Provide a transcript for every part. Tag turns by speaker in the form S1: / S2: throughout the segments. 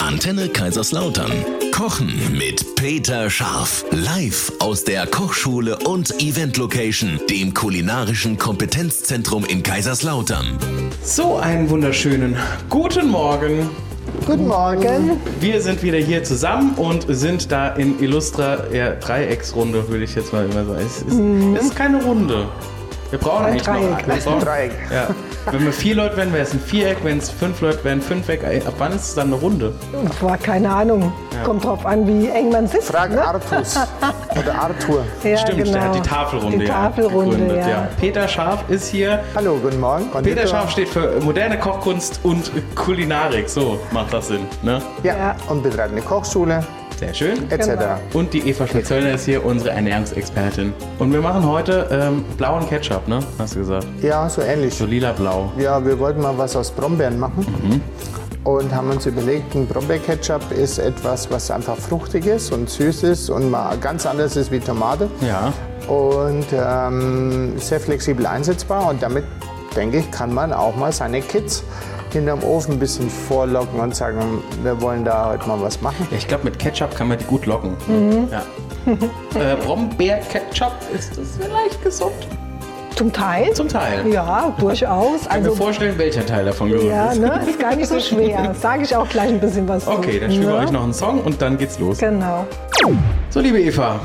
S1: Antenne Kaiserslautern. Kochen mit Peter Scharf. Live aus der Kochschule und Event Location, dem kulinarischen Kompetenzzentrum in Kaiserslautern.
S2: So einen wunderschönen guten Morgen.
S3: Guten Morgen.
S2: Wir sind wieder hier zusammen und sind da in Illustra ja, Dreiecksrunde, würde ich jetzt mal immer sagen. Es ist, es ist keine Runde. Wir brauchen
S3: Ein
S2: eigentlich noch
S3: Dreieck.
S2: einen.
S3: Das ist ein
S2: brauchen-
S3: Dreieck.
S2: Ja. Wenn wir vier Leute werden, wäre es ein Viereck. Wenn es fünf Leute wären, fünf Eck. Äh, Ab wann ist es dann eine Runde?
S4: Boah, keine Ahnung. Kommt drauf an, wie eng man sitzt.
S3: Frag
S4: ne?
S3: Artus oder Arthur.
S4: Ja,
S2: Stimmt, der hat die Tafelrunde.
S4: genau. Die
S2: ja
S4: Tafelrunde,
S2: gegründet,
S4: ja.
S2: Peter Scharf ist hier.
S3: Hallo, guten Morgen.
S2: Peter
S3: Konditor.
S2: Scharf steht für moderne Kochkunst und Kulinarik. So macht das Sinn. Ne?
S3: Ja.
S4: Ja.
S3: und betreibt eine Kochschule
S2: Sehr schön.
S3: etc.
S4: Genau.
S2: Und die Eva Schmitzöllner ist hier unsere Ernährungsexpertin. Und wir machen heute ähm, blauen Ketchup, ne? Hast du gesagt?
S3: Ja, so ähnlich.
S2: So lila-blau.
S3: Ja, wir wollten mal was aus Brombeeren machen und haben uns überlegt, ein Brombeerketchup ist etwas, was einfach fruchtig ist und süß ist und mal ganz anders ist wie Tomate
S2: Ja.
S3: und ähm, sehr flexibel einsetzbar und damit, denke ich, kann man auch mal seine Kids hinterm Ofen ein bisschen vorlocken und sagen, wir wollen da heute mal was machen.
S2: Ja, ich glaube, mit Ketchup kann man die gut locken.
S4: Mhm.
S2: Ja. äh, Brombeer-Ketchup ist das vielleicht gesund?
S4: Zum Teil?
S2: Zum Teil.
S4: Ja, durchaus.
S2: Ich kann mir
S4: Also,
S2: vorstellen, welcher Teil davon gesund
S4: ja,
S2: ist.
S4: ne? ist gar nicht so schwer. Sage ich auch gleich ein bisschen was zu.
S2: Okay, dann spielen wir
S4: ne?
S2: euch noch einen Song und dann geht's los.
S4: Genau.
S2: So, liebe Eva.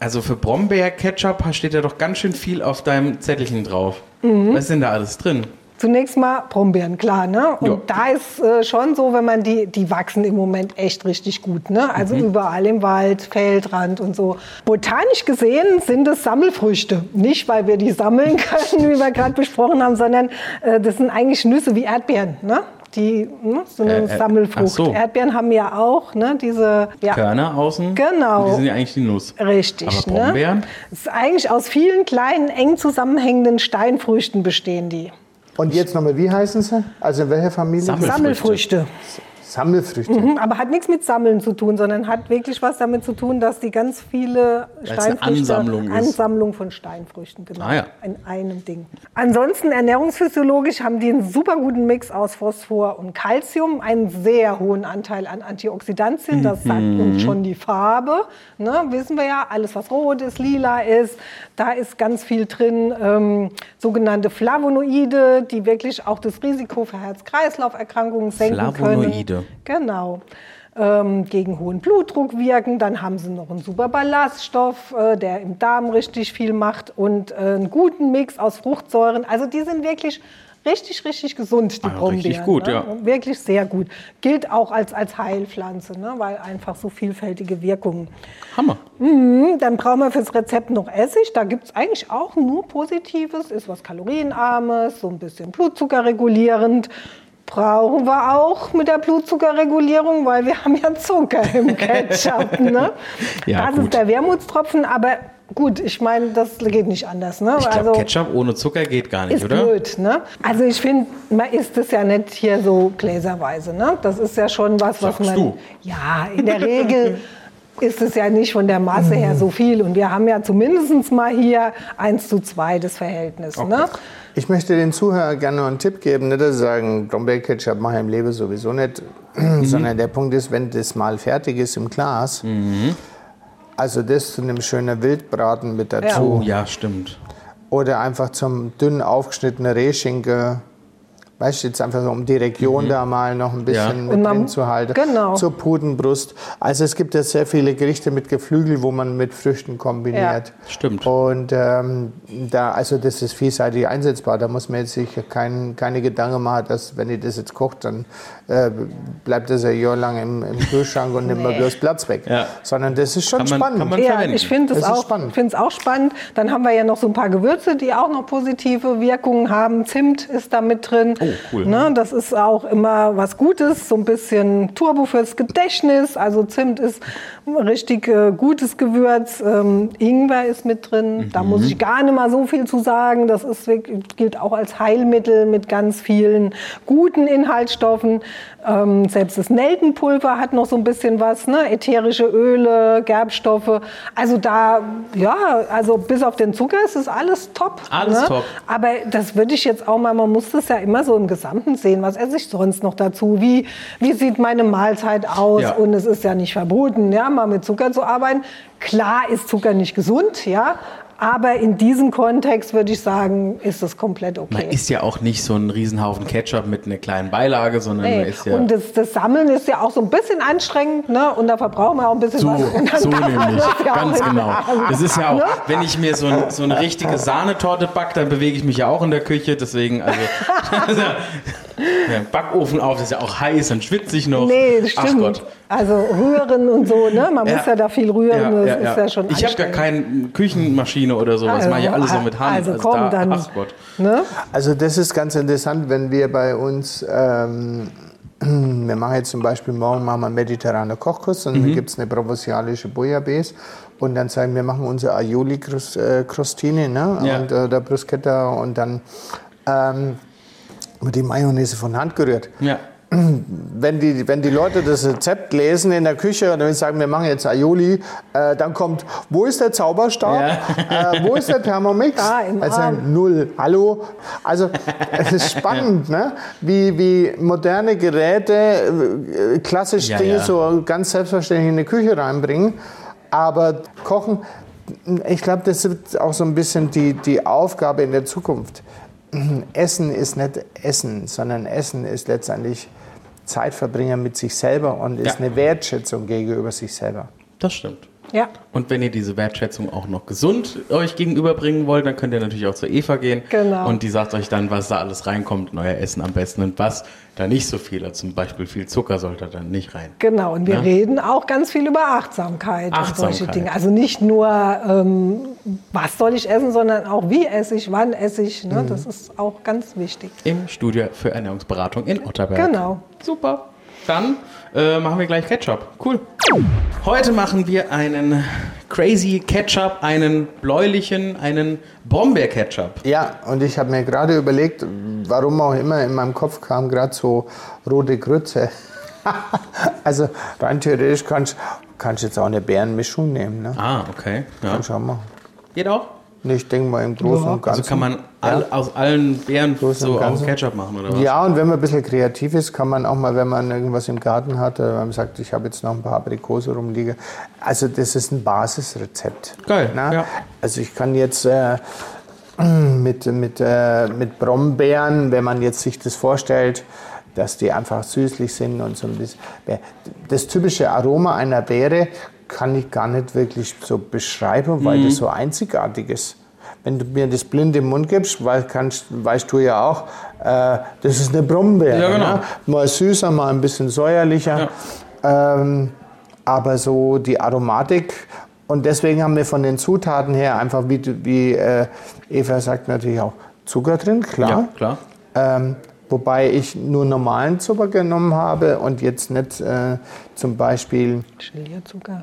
S2: Also für Brombeer-Ketchup steht ja doch ganz schön viel auf deinem Zettelchen drauf.
S4: Mhm.
S2: Was ist denn da alles drin?
S4: Zunächst mal Brombeeren, klar. Ne? Und
S2: Ja.
S4: da ist äh, schon so, wenn man die, die wachsen im Moment echt richtig gut. Ne? Also
S2: Mhm.
S4: überall im Wald, Feldrand und so. Botanisch gesehen sind es Sammelfrüchte. Nicht, weil wir die sammeln können, wie wir gerade besprochen haben, sondern äh, das sind eigentlich Nüsse wie Erdbeeren. Ne? Die ne? so eine
S2: Äh, äh,
S4: Sammelfrucht.
S2: ach so.
S4: Erdbeeren haben ja auch ne? diese ja,
S2: Körner außen?
S4: Genau.
S2: Die sind ja eigentlich die Nuss.
S4: Richtig.
S2: Aber Brombeeren?
S4: Ne? Das ist eigentlich aus vielen kleinen, eng zusammenhängenden Steinfrüchten bestehen die.
S3: Und jetzt nochmal, wie heißen sie? Also in welcher Familie?
S2: Sammel- Sammelfrüchte.
S4: Sammelfrüchte.
S3: Sammelfrüchte.
S4: Mhm, Aber hat nichts mit Sammeln zu tun, sondern hat wirklich was damit zu tun, dass die ganz viele
S2: eine
S4: Steinfrüchte.
S2: Ansammlung ist.
S4: Ansammlung von Steinfrüchten, genau.
S2: Ah ja.
S4: In einem Ding. Ansonsten ernährungsphysiologisch haben die einen super guten Mix aus Phosphor und Calcium, einen sehr hohen Anteil an Antioxidantien, das sagt
S2: Mhm.
S4: uns schon die Farbe. Ne, wissen wir ja, alles was rot ist, lila ist, da ist ganz viel drin, ähm, sogenannte Flavonoide, die wirklich auch das Risiko für Herz-Kreislauf-Erkrankungen senken
S2: Flavonoide.
S4: können. Genau. Ähm, gegen hohen Blutdruck wirken. Dann haben sie noch einen super Ballaststoff, äh, der im Darm richtig viel macht und äh, einen guten Mix aus Fruchtsäuren. Also die sind wirklich richtig, richtig gesund, die
S2: Ah,
S4: Brombeeren.
S2: richtig gut,
S4: ne?
S2: ja.
S4: Wirklich sehr gut. Gilt auch als, als Heilpflanze, ne? weil einfach so vielfältige Wirkungen.
S2: Hammer.
S4: Mhm, Dann brauchen wir fürs Rezept noch Essig. Da gibt es eigentlich auch nur Positives. Ist was Kalorienarmes, so ein bisschen Blutzucker regulierend. Brauchen wir auch mit der Blutzuckerregulierung, weil wir haben ja Zucker im Ketchup. Ne?
S2: Ja,
S4: das
S2: gut.
S4: ist der Wermutstropfen, aber gut, ich meine, das geht nicht anders. Ne?
S2: Ich glaube, Ketchup ohne Zucker geht gar nicht,
S4: Ist
S2: oder?
S4: blöd, ne? Also ich finde, man isst es ja nicht hier so gläserweise, ne? Das ist ja schon was, was
S2: Sagst
S4: man...
S2: du.
S4: Ja, in der Regel ist es ja nicht von der Masse her
S2: Mhm.
S4: so viel. Und wir haben ja zumindest mal hier 1 zu 2 das Verhältnis, ne?
S3: Ich möchte den Zuhörern gerne noch einen Tipp geben. Nicht, dass sie sagen, Brombeerketchup mache ich im Leben sowieso nicht.
S2: Mhm.
S3: Sondern der Punkt ist, wenn das mal fertig ist im Glas,
S2: Mhm.
S3: also das zu einem schönen Wildbraten mit
S2: Oh
S3: dazu.
S2: ja, stimmt.
S3: Oder einfach zum dünn aufgeschnittenen Rehschinken. Weißt du, jetzt einfach so, um die Region da mal noch ein
S2: Mhm. Ja.
S3: bisschen mit
S4: man-
S3: drin zu halten.
S4: genau.
S3: Zur Pudenbrust. Also es gibt ja sehr viele Gerichte mit Geflügel, wo man mit Früchten kombiniert.
S2: Stimmt.
S3: Und ähm, da, also das ist vielseitig einsetzbar. Da muss man jetzt sich kein, keine Gedanken machen, dass wenn ihr das jetzt kocht, dann äh, bleibt das ein Jahr lang im, im Kühlschrank und nimmt man bloß Platz weg.
S2: Ja.
S3: Sondern das ist schon
S2: Kann man-
S3: spannend.
S2: kann man-
S4: Ja,
S2: verwenden.
S4: ich finde es
S3: Das ist
S4: auch,
S3: spannend.
S4: find's auch spannend. Dann haben wir ja noch so ein paar Gewürze, die auch noch positive Wirkungen haben. Zimt ist da mit drin.
S2: Oh, cool.
S4: Ne, das ist auch immer was Gutes, so ein bisschen Turbo fürs Gedächtnis. Also Zimt ist ein richtig äh, gutes Gewürz. Ähm, Ingwer ist mit drin. Da muss
S2: Mhm.
S4: ich gar nicht mal so viel zu sagen. Das ist, wirklich- gilt auch als Heilmittel mit ganz vielen guten Inhaltsstoffen. Ähm, selbst das Nelkenpulver hat noch so ein bisschen was, ne? ätherische Öle, Gerbstoffe. Also da, ja, also bis auf den Zucker ist es alles top.
S2: Alles
S4: ne?
S2: top.
S4: Aber das würde ich jetzt auch mal, man muss das ja immer so im Gesamten sehen, was esse ich sonst noch dazu, wie, wie sieht meine Mahlzeit aus
S2: Ja.
S4: und es ist ja nicht verboten, ja, mal mit Zucker zu arbeiten. Klar ist Zucker nicht gesund, ja, aber in diesem Kontext würde ich sagen, ist das komplett okay.
S2: Man isst ja auch nicht so einen Riesenhaufen Ketchup mit einer kleinen Beilage, sondern man
S4: Nee.
S2: isst ja.
S4: Und das, das Sammeln ist ja auch so ein bisschen anstrengend, ne? Und da verbrauchen wir auch ein bisschen
S2: So,
S4: was. Und dann
S2: so
S4: darf man
S2: nämlich.
S4: das ja auch
S2: Ganz
S4: nicht
S2: genau.
S4: machen.
S2: Das ist ja
S4: Ne?
S2: auch, wenn ich mir so, ein, so eine richtige Sahnetorte backe, dann bewege ich mich ja auch in der Küche. Deswegen, also, ja, Backofen auf, das ist ja auch heiß und schwitzig noch.
S4: Nee, das
S2: Ach
S4: stimmt.
S2: Gott.
S4: Also rühren und so, ne? Man
S2: Ja.
S4: muss ja da viel rühren, das ist ja schon
S2: ich habe ja
S4: anstrengend.
S2: keine Küchenmaschine oder sowas,
S4: Also,
S2: mache ich alles so mit Hand. Ah,
S4: also komm,
S2: da,
S4: dann-
S2: Ach Gott.
S4: Ne?
S3: Also das ist ganz interessant, wenn wir bei uns, ähm, wir machen jetzt zum Beispiel morgen machen wir einen mediterranen Kochkurs und dann gibt es eine provosialische Bouillabaisse und dann sagen wir, machen unsere Aioli-Crostine ne?
S2: Ja.
S3: und äh, der Bruschetta und dann ähm, wird die Mayonnaise von Hand gerührt
S2: Ja.
S3: wenn die, wenn die Leute das Rezept lesen in der Küche und dann sagen, wir machen jetzt Aioli, äh, dann kommt, wo ist der Zauberstab? Äh, wo ist der Thermomix?
S4: Ah, im
S3: also
S4: Arm.
S3: null. Hallo? Also es ist spannend, ne? wie, wie moderne Geräte äh, klassisch
S2: Ja,
S3: Dinge
S2: ja.
S3: so ganz selbstverständlich in die Küche reinbringen. Aber Kochen, ich glaube, das ist auch so ein bisschen die, die Aufgabe in der Zukunft. Essen ist nicht Essen, sondern Essen ist letztendlich Zeitverbringer mit sich selber und ist
S2: Ja.
S3: eine Wertschätzung gegenüber sich selber.
S2: Das stimmt.
S4: Ja,
S2: Und wenn ihr diese Wertschätzung auch noch gesund euch gegenüberbringen wollt, dann könnt ihr natürlich auch zur Eva gehen.
S4: Genau.
S2: Und die sagt euch dann, was da alles reinkommt, in euer Essen am besten und was da nicht so viel. Also zum Beispiel viel Zucker sollte da nicht rein.
S4: genau. Und wir
S2: Ne?
S4: reden auch ganz viel über Achtsamkeit, und solche
S2: Achtsamkeit.
S4: Dinge. Also nicht nur, ähm, was soll ich essen, sondern auch wie esse ich, wann esse ich. Ne?
S3: Mhm.
S4: Das ist auch ganz wichtig.
S2: Im Studio für Ernährungsberatung in Otterberg.
S4: Genau.
S2: Super. Dann äh, machen wir gleich Ketchup. Cool. Heute machen wir einen Crazy Ketchup, einen bläulichen, einen Brombeer-Ketchup.
S3: Ja, und ich habe mir gerade überlegt, warum auch immer in meinem Kopf kam gerade so rote Grütze. also rein theoretisch kannst kannst jetzt auch eine Bärenmischung nehmen. Ne?
S2: Ah, okay. Ja.
S3: Schau mal.
S2: Geht auch.
S3: Ich denke mal im Großen und Ganzen.
S2: Also kann man all, aus allen Beeren
S3: Groß und
S2: so auch
S3: Ganzen.
S2: Ketchup machen, oder was?
S3: Ja, und wenn man ein bisschen kreativ ist, kann man auch mal, wenn man irgendwas im Garten hat, äh, wenn man sagt, ich habe jetzt noch ein paar Aprikosen rumliegen. Also das ist ein Basisrezept.
S2: Geil,
S3: Na?
S2: ja.
S3: Also ich kann jetzt äh, mit, mit, äh, mit Brombeeren, wenn man jetzt sich das vorstellt, dass die einfach süßlich sind und so ein bisschen. Das typische Aroma einer Beere kann ich gar nicht wirklich so beschreiben, weil
S2: Mhm.
S3: das so einzigartig ist. Wenn du mir das blind im Mund gibst, weil kannst, weißt du ja auch, äh, das ist eine Brombeere.
S2: Ja, genau.
S3: ne? Mal süßer, mal ein bisschen säuerlicher. Ähm, aber so die Aromatik. Und deswegen haben wir von den Zutaten her einfach, wie, du- wie äh, Eva sagt, natürlich auch Zucker drin,
S2: Ja,
S3: klar.
S2: klar.
S3: Ähm, wobei ich nur normalen Zucker genommen habe und jetzt nicht äh, zum Beispiel,
S4: Gelierzucker.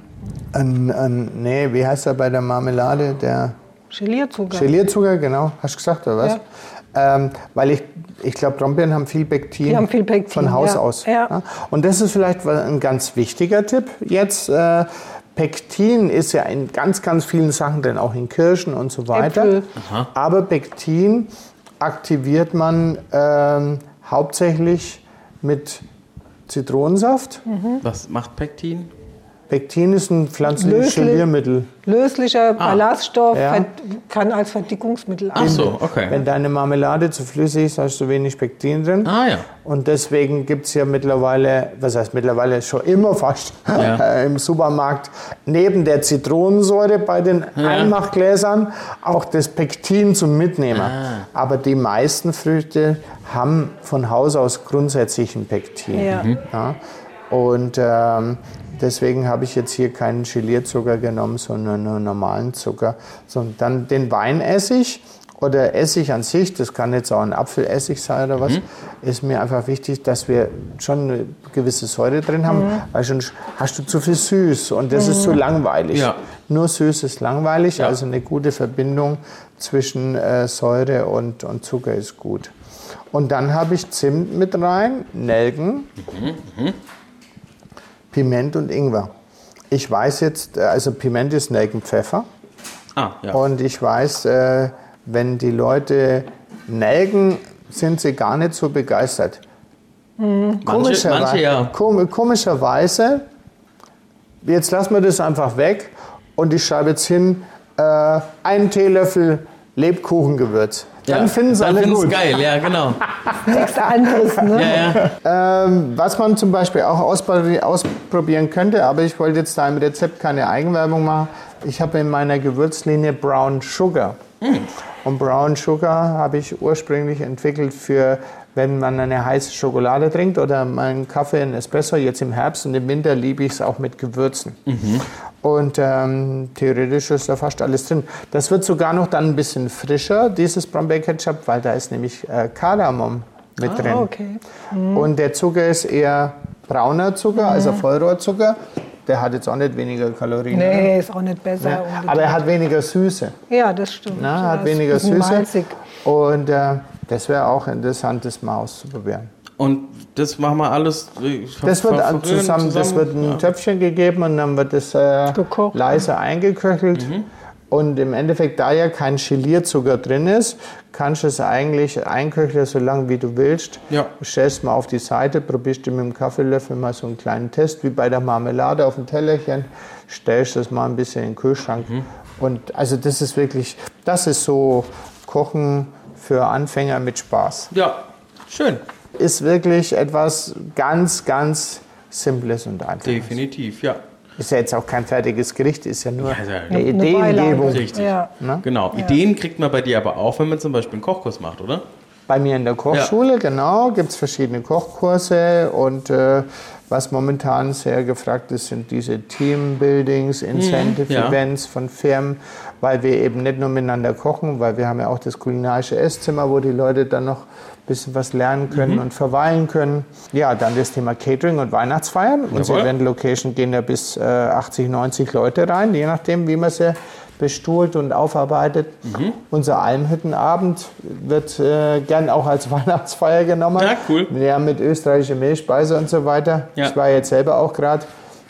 S3: ein, ein, nee, wie heißt er bei der Marmelade, der
S4: Gelierzucker.
S3: Gelierzucker, genau, hast du gesagt, oder was? Ähm, weil ich, ich glaube, Brombeeren haben viel Pektin.
S4: Die haben viel Pektin,
S3: Von Haus
S4: ja.
S3: aus.
S4: Ja.
S3: Und das ist vielleicht wa- ein ganz wichtiger Tipp jetzt. Äh, Pektin ist ja in ganz, ganz vielen Sachen drin, auch in Kirschen und so weiter.
S4: Äpfel.
S3: Aber Pektin aktiviert man ähm, hauptsächlich mit Zitronensaft.
S2: Was macht Pektin?
S3: Pektin ist ein pflanzliches
S4: Löslich.
S3: Geliermittel.
S4: Löslicher Ballaststoff
S3: Ah. Ja.
S4: vert- kann als Verdickungsmittel
S2: Ach so, okay.
S3: Wenn deine Marmelade zu flüssig ist, hast du wenig Pektin drin.
S2: Ah ja.
S3: Und deswegen gibt es ja mittlerweile, was heißt mittlerweile, schon immer fast
S2: Ja.
S3: äh, im Supermarkt neben der Zitronensäure bei den Einmachgläsern auch das Pektin zum Mitnehmen. Aber die meisten Früchte haben von Haus aus grundsätzlich ein Pektin.
S4: Ja. Mhm.
S3: Ja. Und ähm, deswegen habe ich jetzt hier keinen Gelierzucker genommen, sondern nur normalen Zucker. So, und dann den Weinessig oder Essig an sich, das kann jetzt auch ein Apfelessig sein oder was, ist mir einfach wichtig, dass wir schon eine gewisse Säure drin haben, weil schon sch- hast du zu viel süß und das ist zu langweilig.
S2: Ja.
S3: Nur süß ist langweilig, also eine gute Verbindung zwischen äh, Säure und, und Zucker ist gut. Und dann habe ich Zimt mit rein, Nelken, Piment und Ingwer. Ich weiß jetzt, äh, also Piment ist Nelkenpfeffer.
S2: Ah, ja.
S3: Und ich weiß, äh, wenn die Leute Nelken, sind sie gar nicht so begeistert.
S2: manche,
S3: Komischerwei-
S2: manche ja.
S3: kom- komischerweise, jetzt lassen wir das einfach weg und ich schreibe jetzt hin, äh, einen Teelöffel Lebkuchengewürz. Dann
S2: ja.
S3: finden sie
S2: Dann
S3: alle
S2: finden's
S3: gut.
S2: geil, ja, genau.
S4: Nichts anderes, ne?
S2: Ja, ja.
S3: Ähm, was man zum Beispiel auch ausprobi- ausprobieren könnte, aber ich wollte jetzt da im Rezept keine Eigenwerbung machen. Ich habe in meiner Gewürzlinie Brown Sugar. Und Brown Sugar habe ich ursprünglich entwickelt für, wenn man eine heiße Schokolade trinkt oder meinen Kaffee, einen Espresso, jetzt im Herbst und im Winter liebe ich es auch mit Gewürzen. Und ähm, theoretisch ist da fast alles drin. Das wird sogar noch dann ein bisschen frischer, dieses Brombeer-Ketchup, weil da ist nämlich äh, Kardamom mit drin.
S4: okay. Mhm.
S3: Und der Zucker ist eher brauner Zucker, also Vollrohrzucker. Der hat jetzt auch nicht weniger Kalorien. oder?
S4: Nee, ist auch nicht besser.
S3: Ja,
S4: unbedingt.
S3: aber er hat weniger Süße.
S4: ja, das stimmt.
S3: Ne?
S4: Ja,
S3: hat
S4: ist
S3: weniger
S4: ein bisschen
S3: Süße.
S4: Malzig.
S3: Und äh, das wäre auch interessant, das mal auszuprobieren.
S2: Und das machen wir alles. äh, ver-
S3: Das wird
S2: verrühren
S3: zusammen, das wird ein Töpfchen gegeben und dann wird das äh,
S4: Gekocht,
S3: leise eingeköchelt. Und im Endeffekt, da ja kein Gelierzucker drin ist, kannst du es eigentlich einköcheln, so lange wie du willst.
S2: Ja.
S3: Stellst mal auf die Seite, probierst du mit dem Kaffeelöffel mal so einen kleinen Test, wie bei der Marmelade auf dem Tellerchen. Stellst das mal ein bisschen in den Kühlschrank. Und also das ist wirklich, das ist so Kochen für Anfänger mit Spaß
S2: Ja, schön.
S3: ist wirklich etwas ganz, ganz Simples und Einfaches.
S2: Definitiv, ja.
S3: Ist ja jetzt auch kein fertiges Gericht, ist ja nur
S2: Ja, ist ja
S3: eine
S4: eine
S3: Ideengebung.
S4: Beilage.
S2: Richtig.
S4: Oh. Ja.
S2: Genau. Ideen kriegt man bei dir aber auch, wenn man zum Beispiel einen Kochkurs macht, oder?
S3: Bei mir in der Kochschule, genau, gibt es verschiedene Kochkurse und äh, was momentan sehr gefragt ist, sind diese Teambuildings, Incentive
S2: Mhm. ja.
S3: Events von Firmen, weil wir eben nicht nur miteinander kochen, weil wir haben ja auch das kulinarische Esszimmer, wo die Leute dann noch ein bisschen was lernen können
S2: Mhm.
S3: und verweilen können. Ja, dann das Thema Catering und Weihnachtsfeiern. Unsere
S2: Jawohl.
S3: Event-Location gehen ja bis äh, 80, 90 Leute rein, je nachdem, wie man sie bestuhlt und aufarbeitet.
S2: Mhm.
S3: Unser Almhüttenabend wird äh, gern auch als Weihnachtsfeier genommen.
S2: Ja, cool.
S3: Ja, mit österreichischer Mehlspeise und so weiter.
S2: Ja.
S3: Ich war jetzt selber auch gerade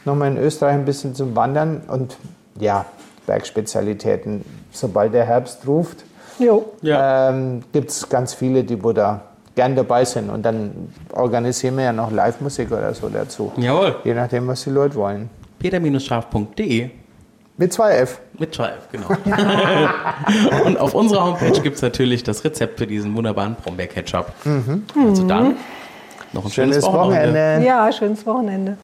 S3: nochmal in Österreich ein bisschen zum Wandern und ja, Bergspezialitäten. Sobald der Herbst ruft,
S4: Jo.
S3: ähm, gibt es ganz viele, die wo da gern dabei sind. Und dann organisieren wir ja noch Live-Musik oder so dazu.
S2: Jawohl.
S3: Je nachdem, was die Leute wollen.
S2: peter-scharf.de
S3: Mit 2F.
S2: mit Schweif, genau. Und auf unserer Homepage gibt es natürlich das Rezept für diesen wunderbaren Brombeer-Ketchup. Also dann, noch ein schönes,
S3: Mhm. Schönes
S2: Wochenende.
S3: Wochenende.
S4: Ja, schönes Wochenende.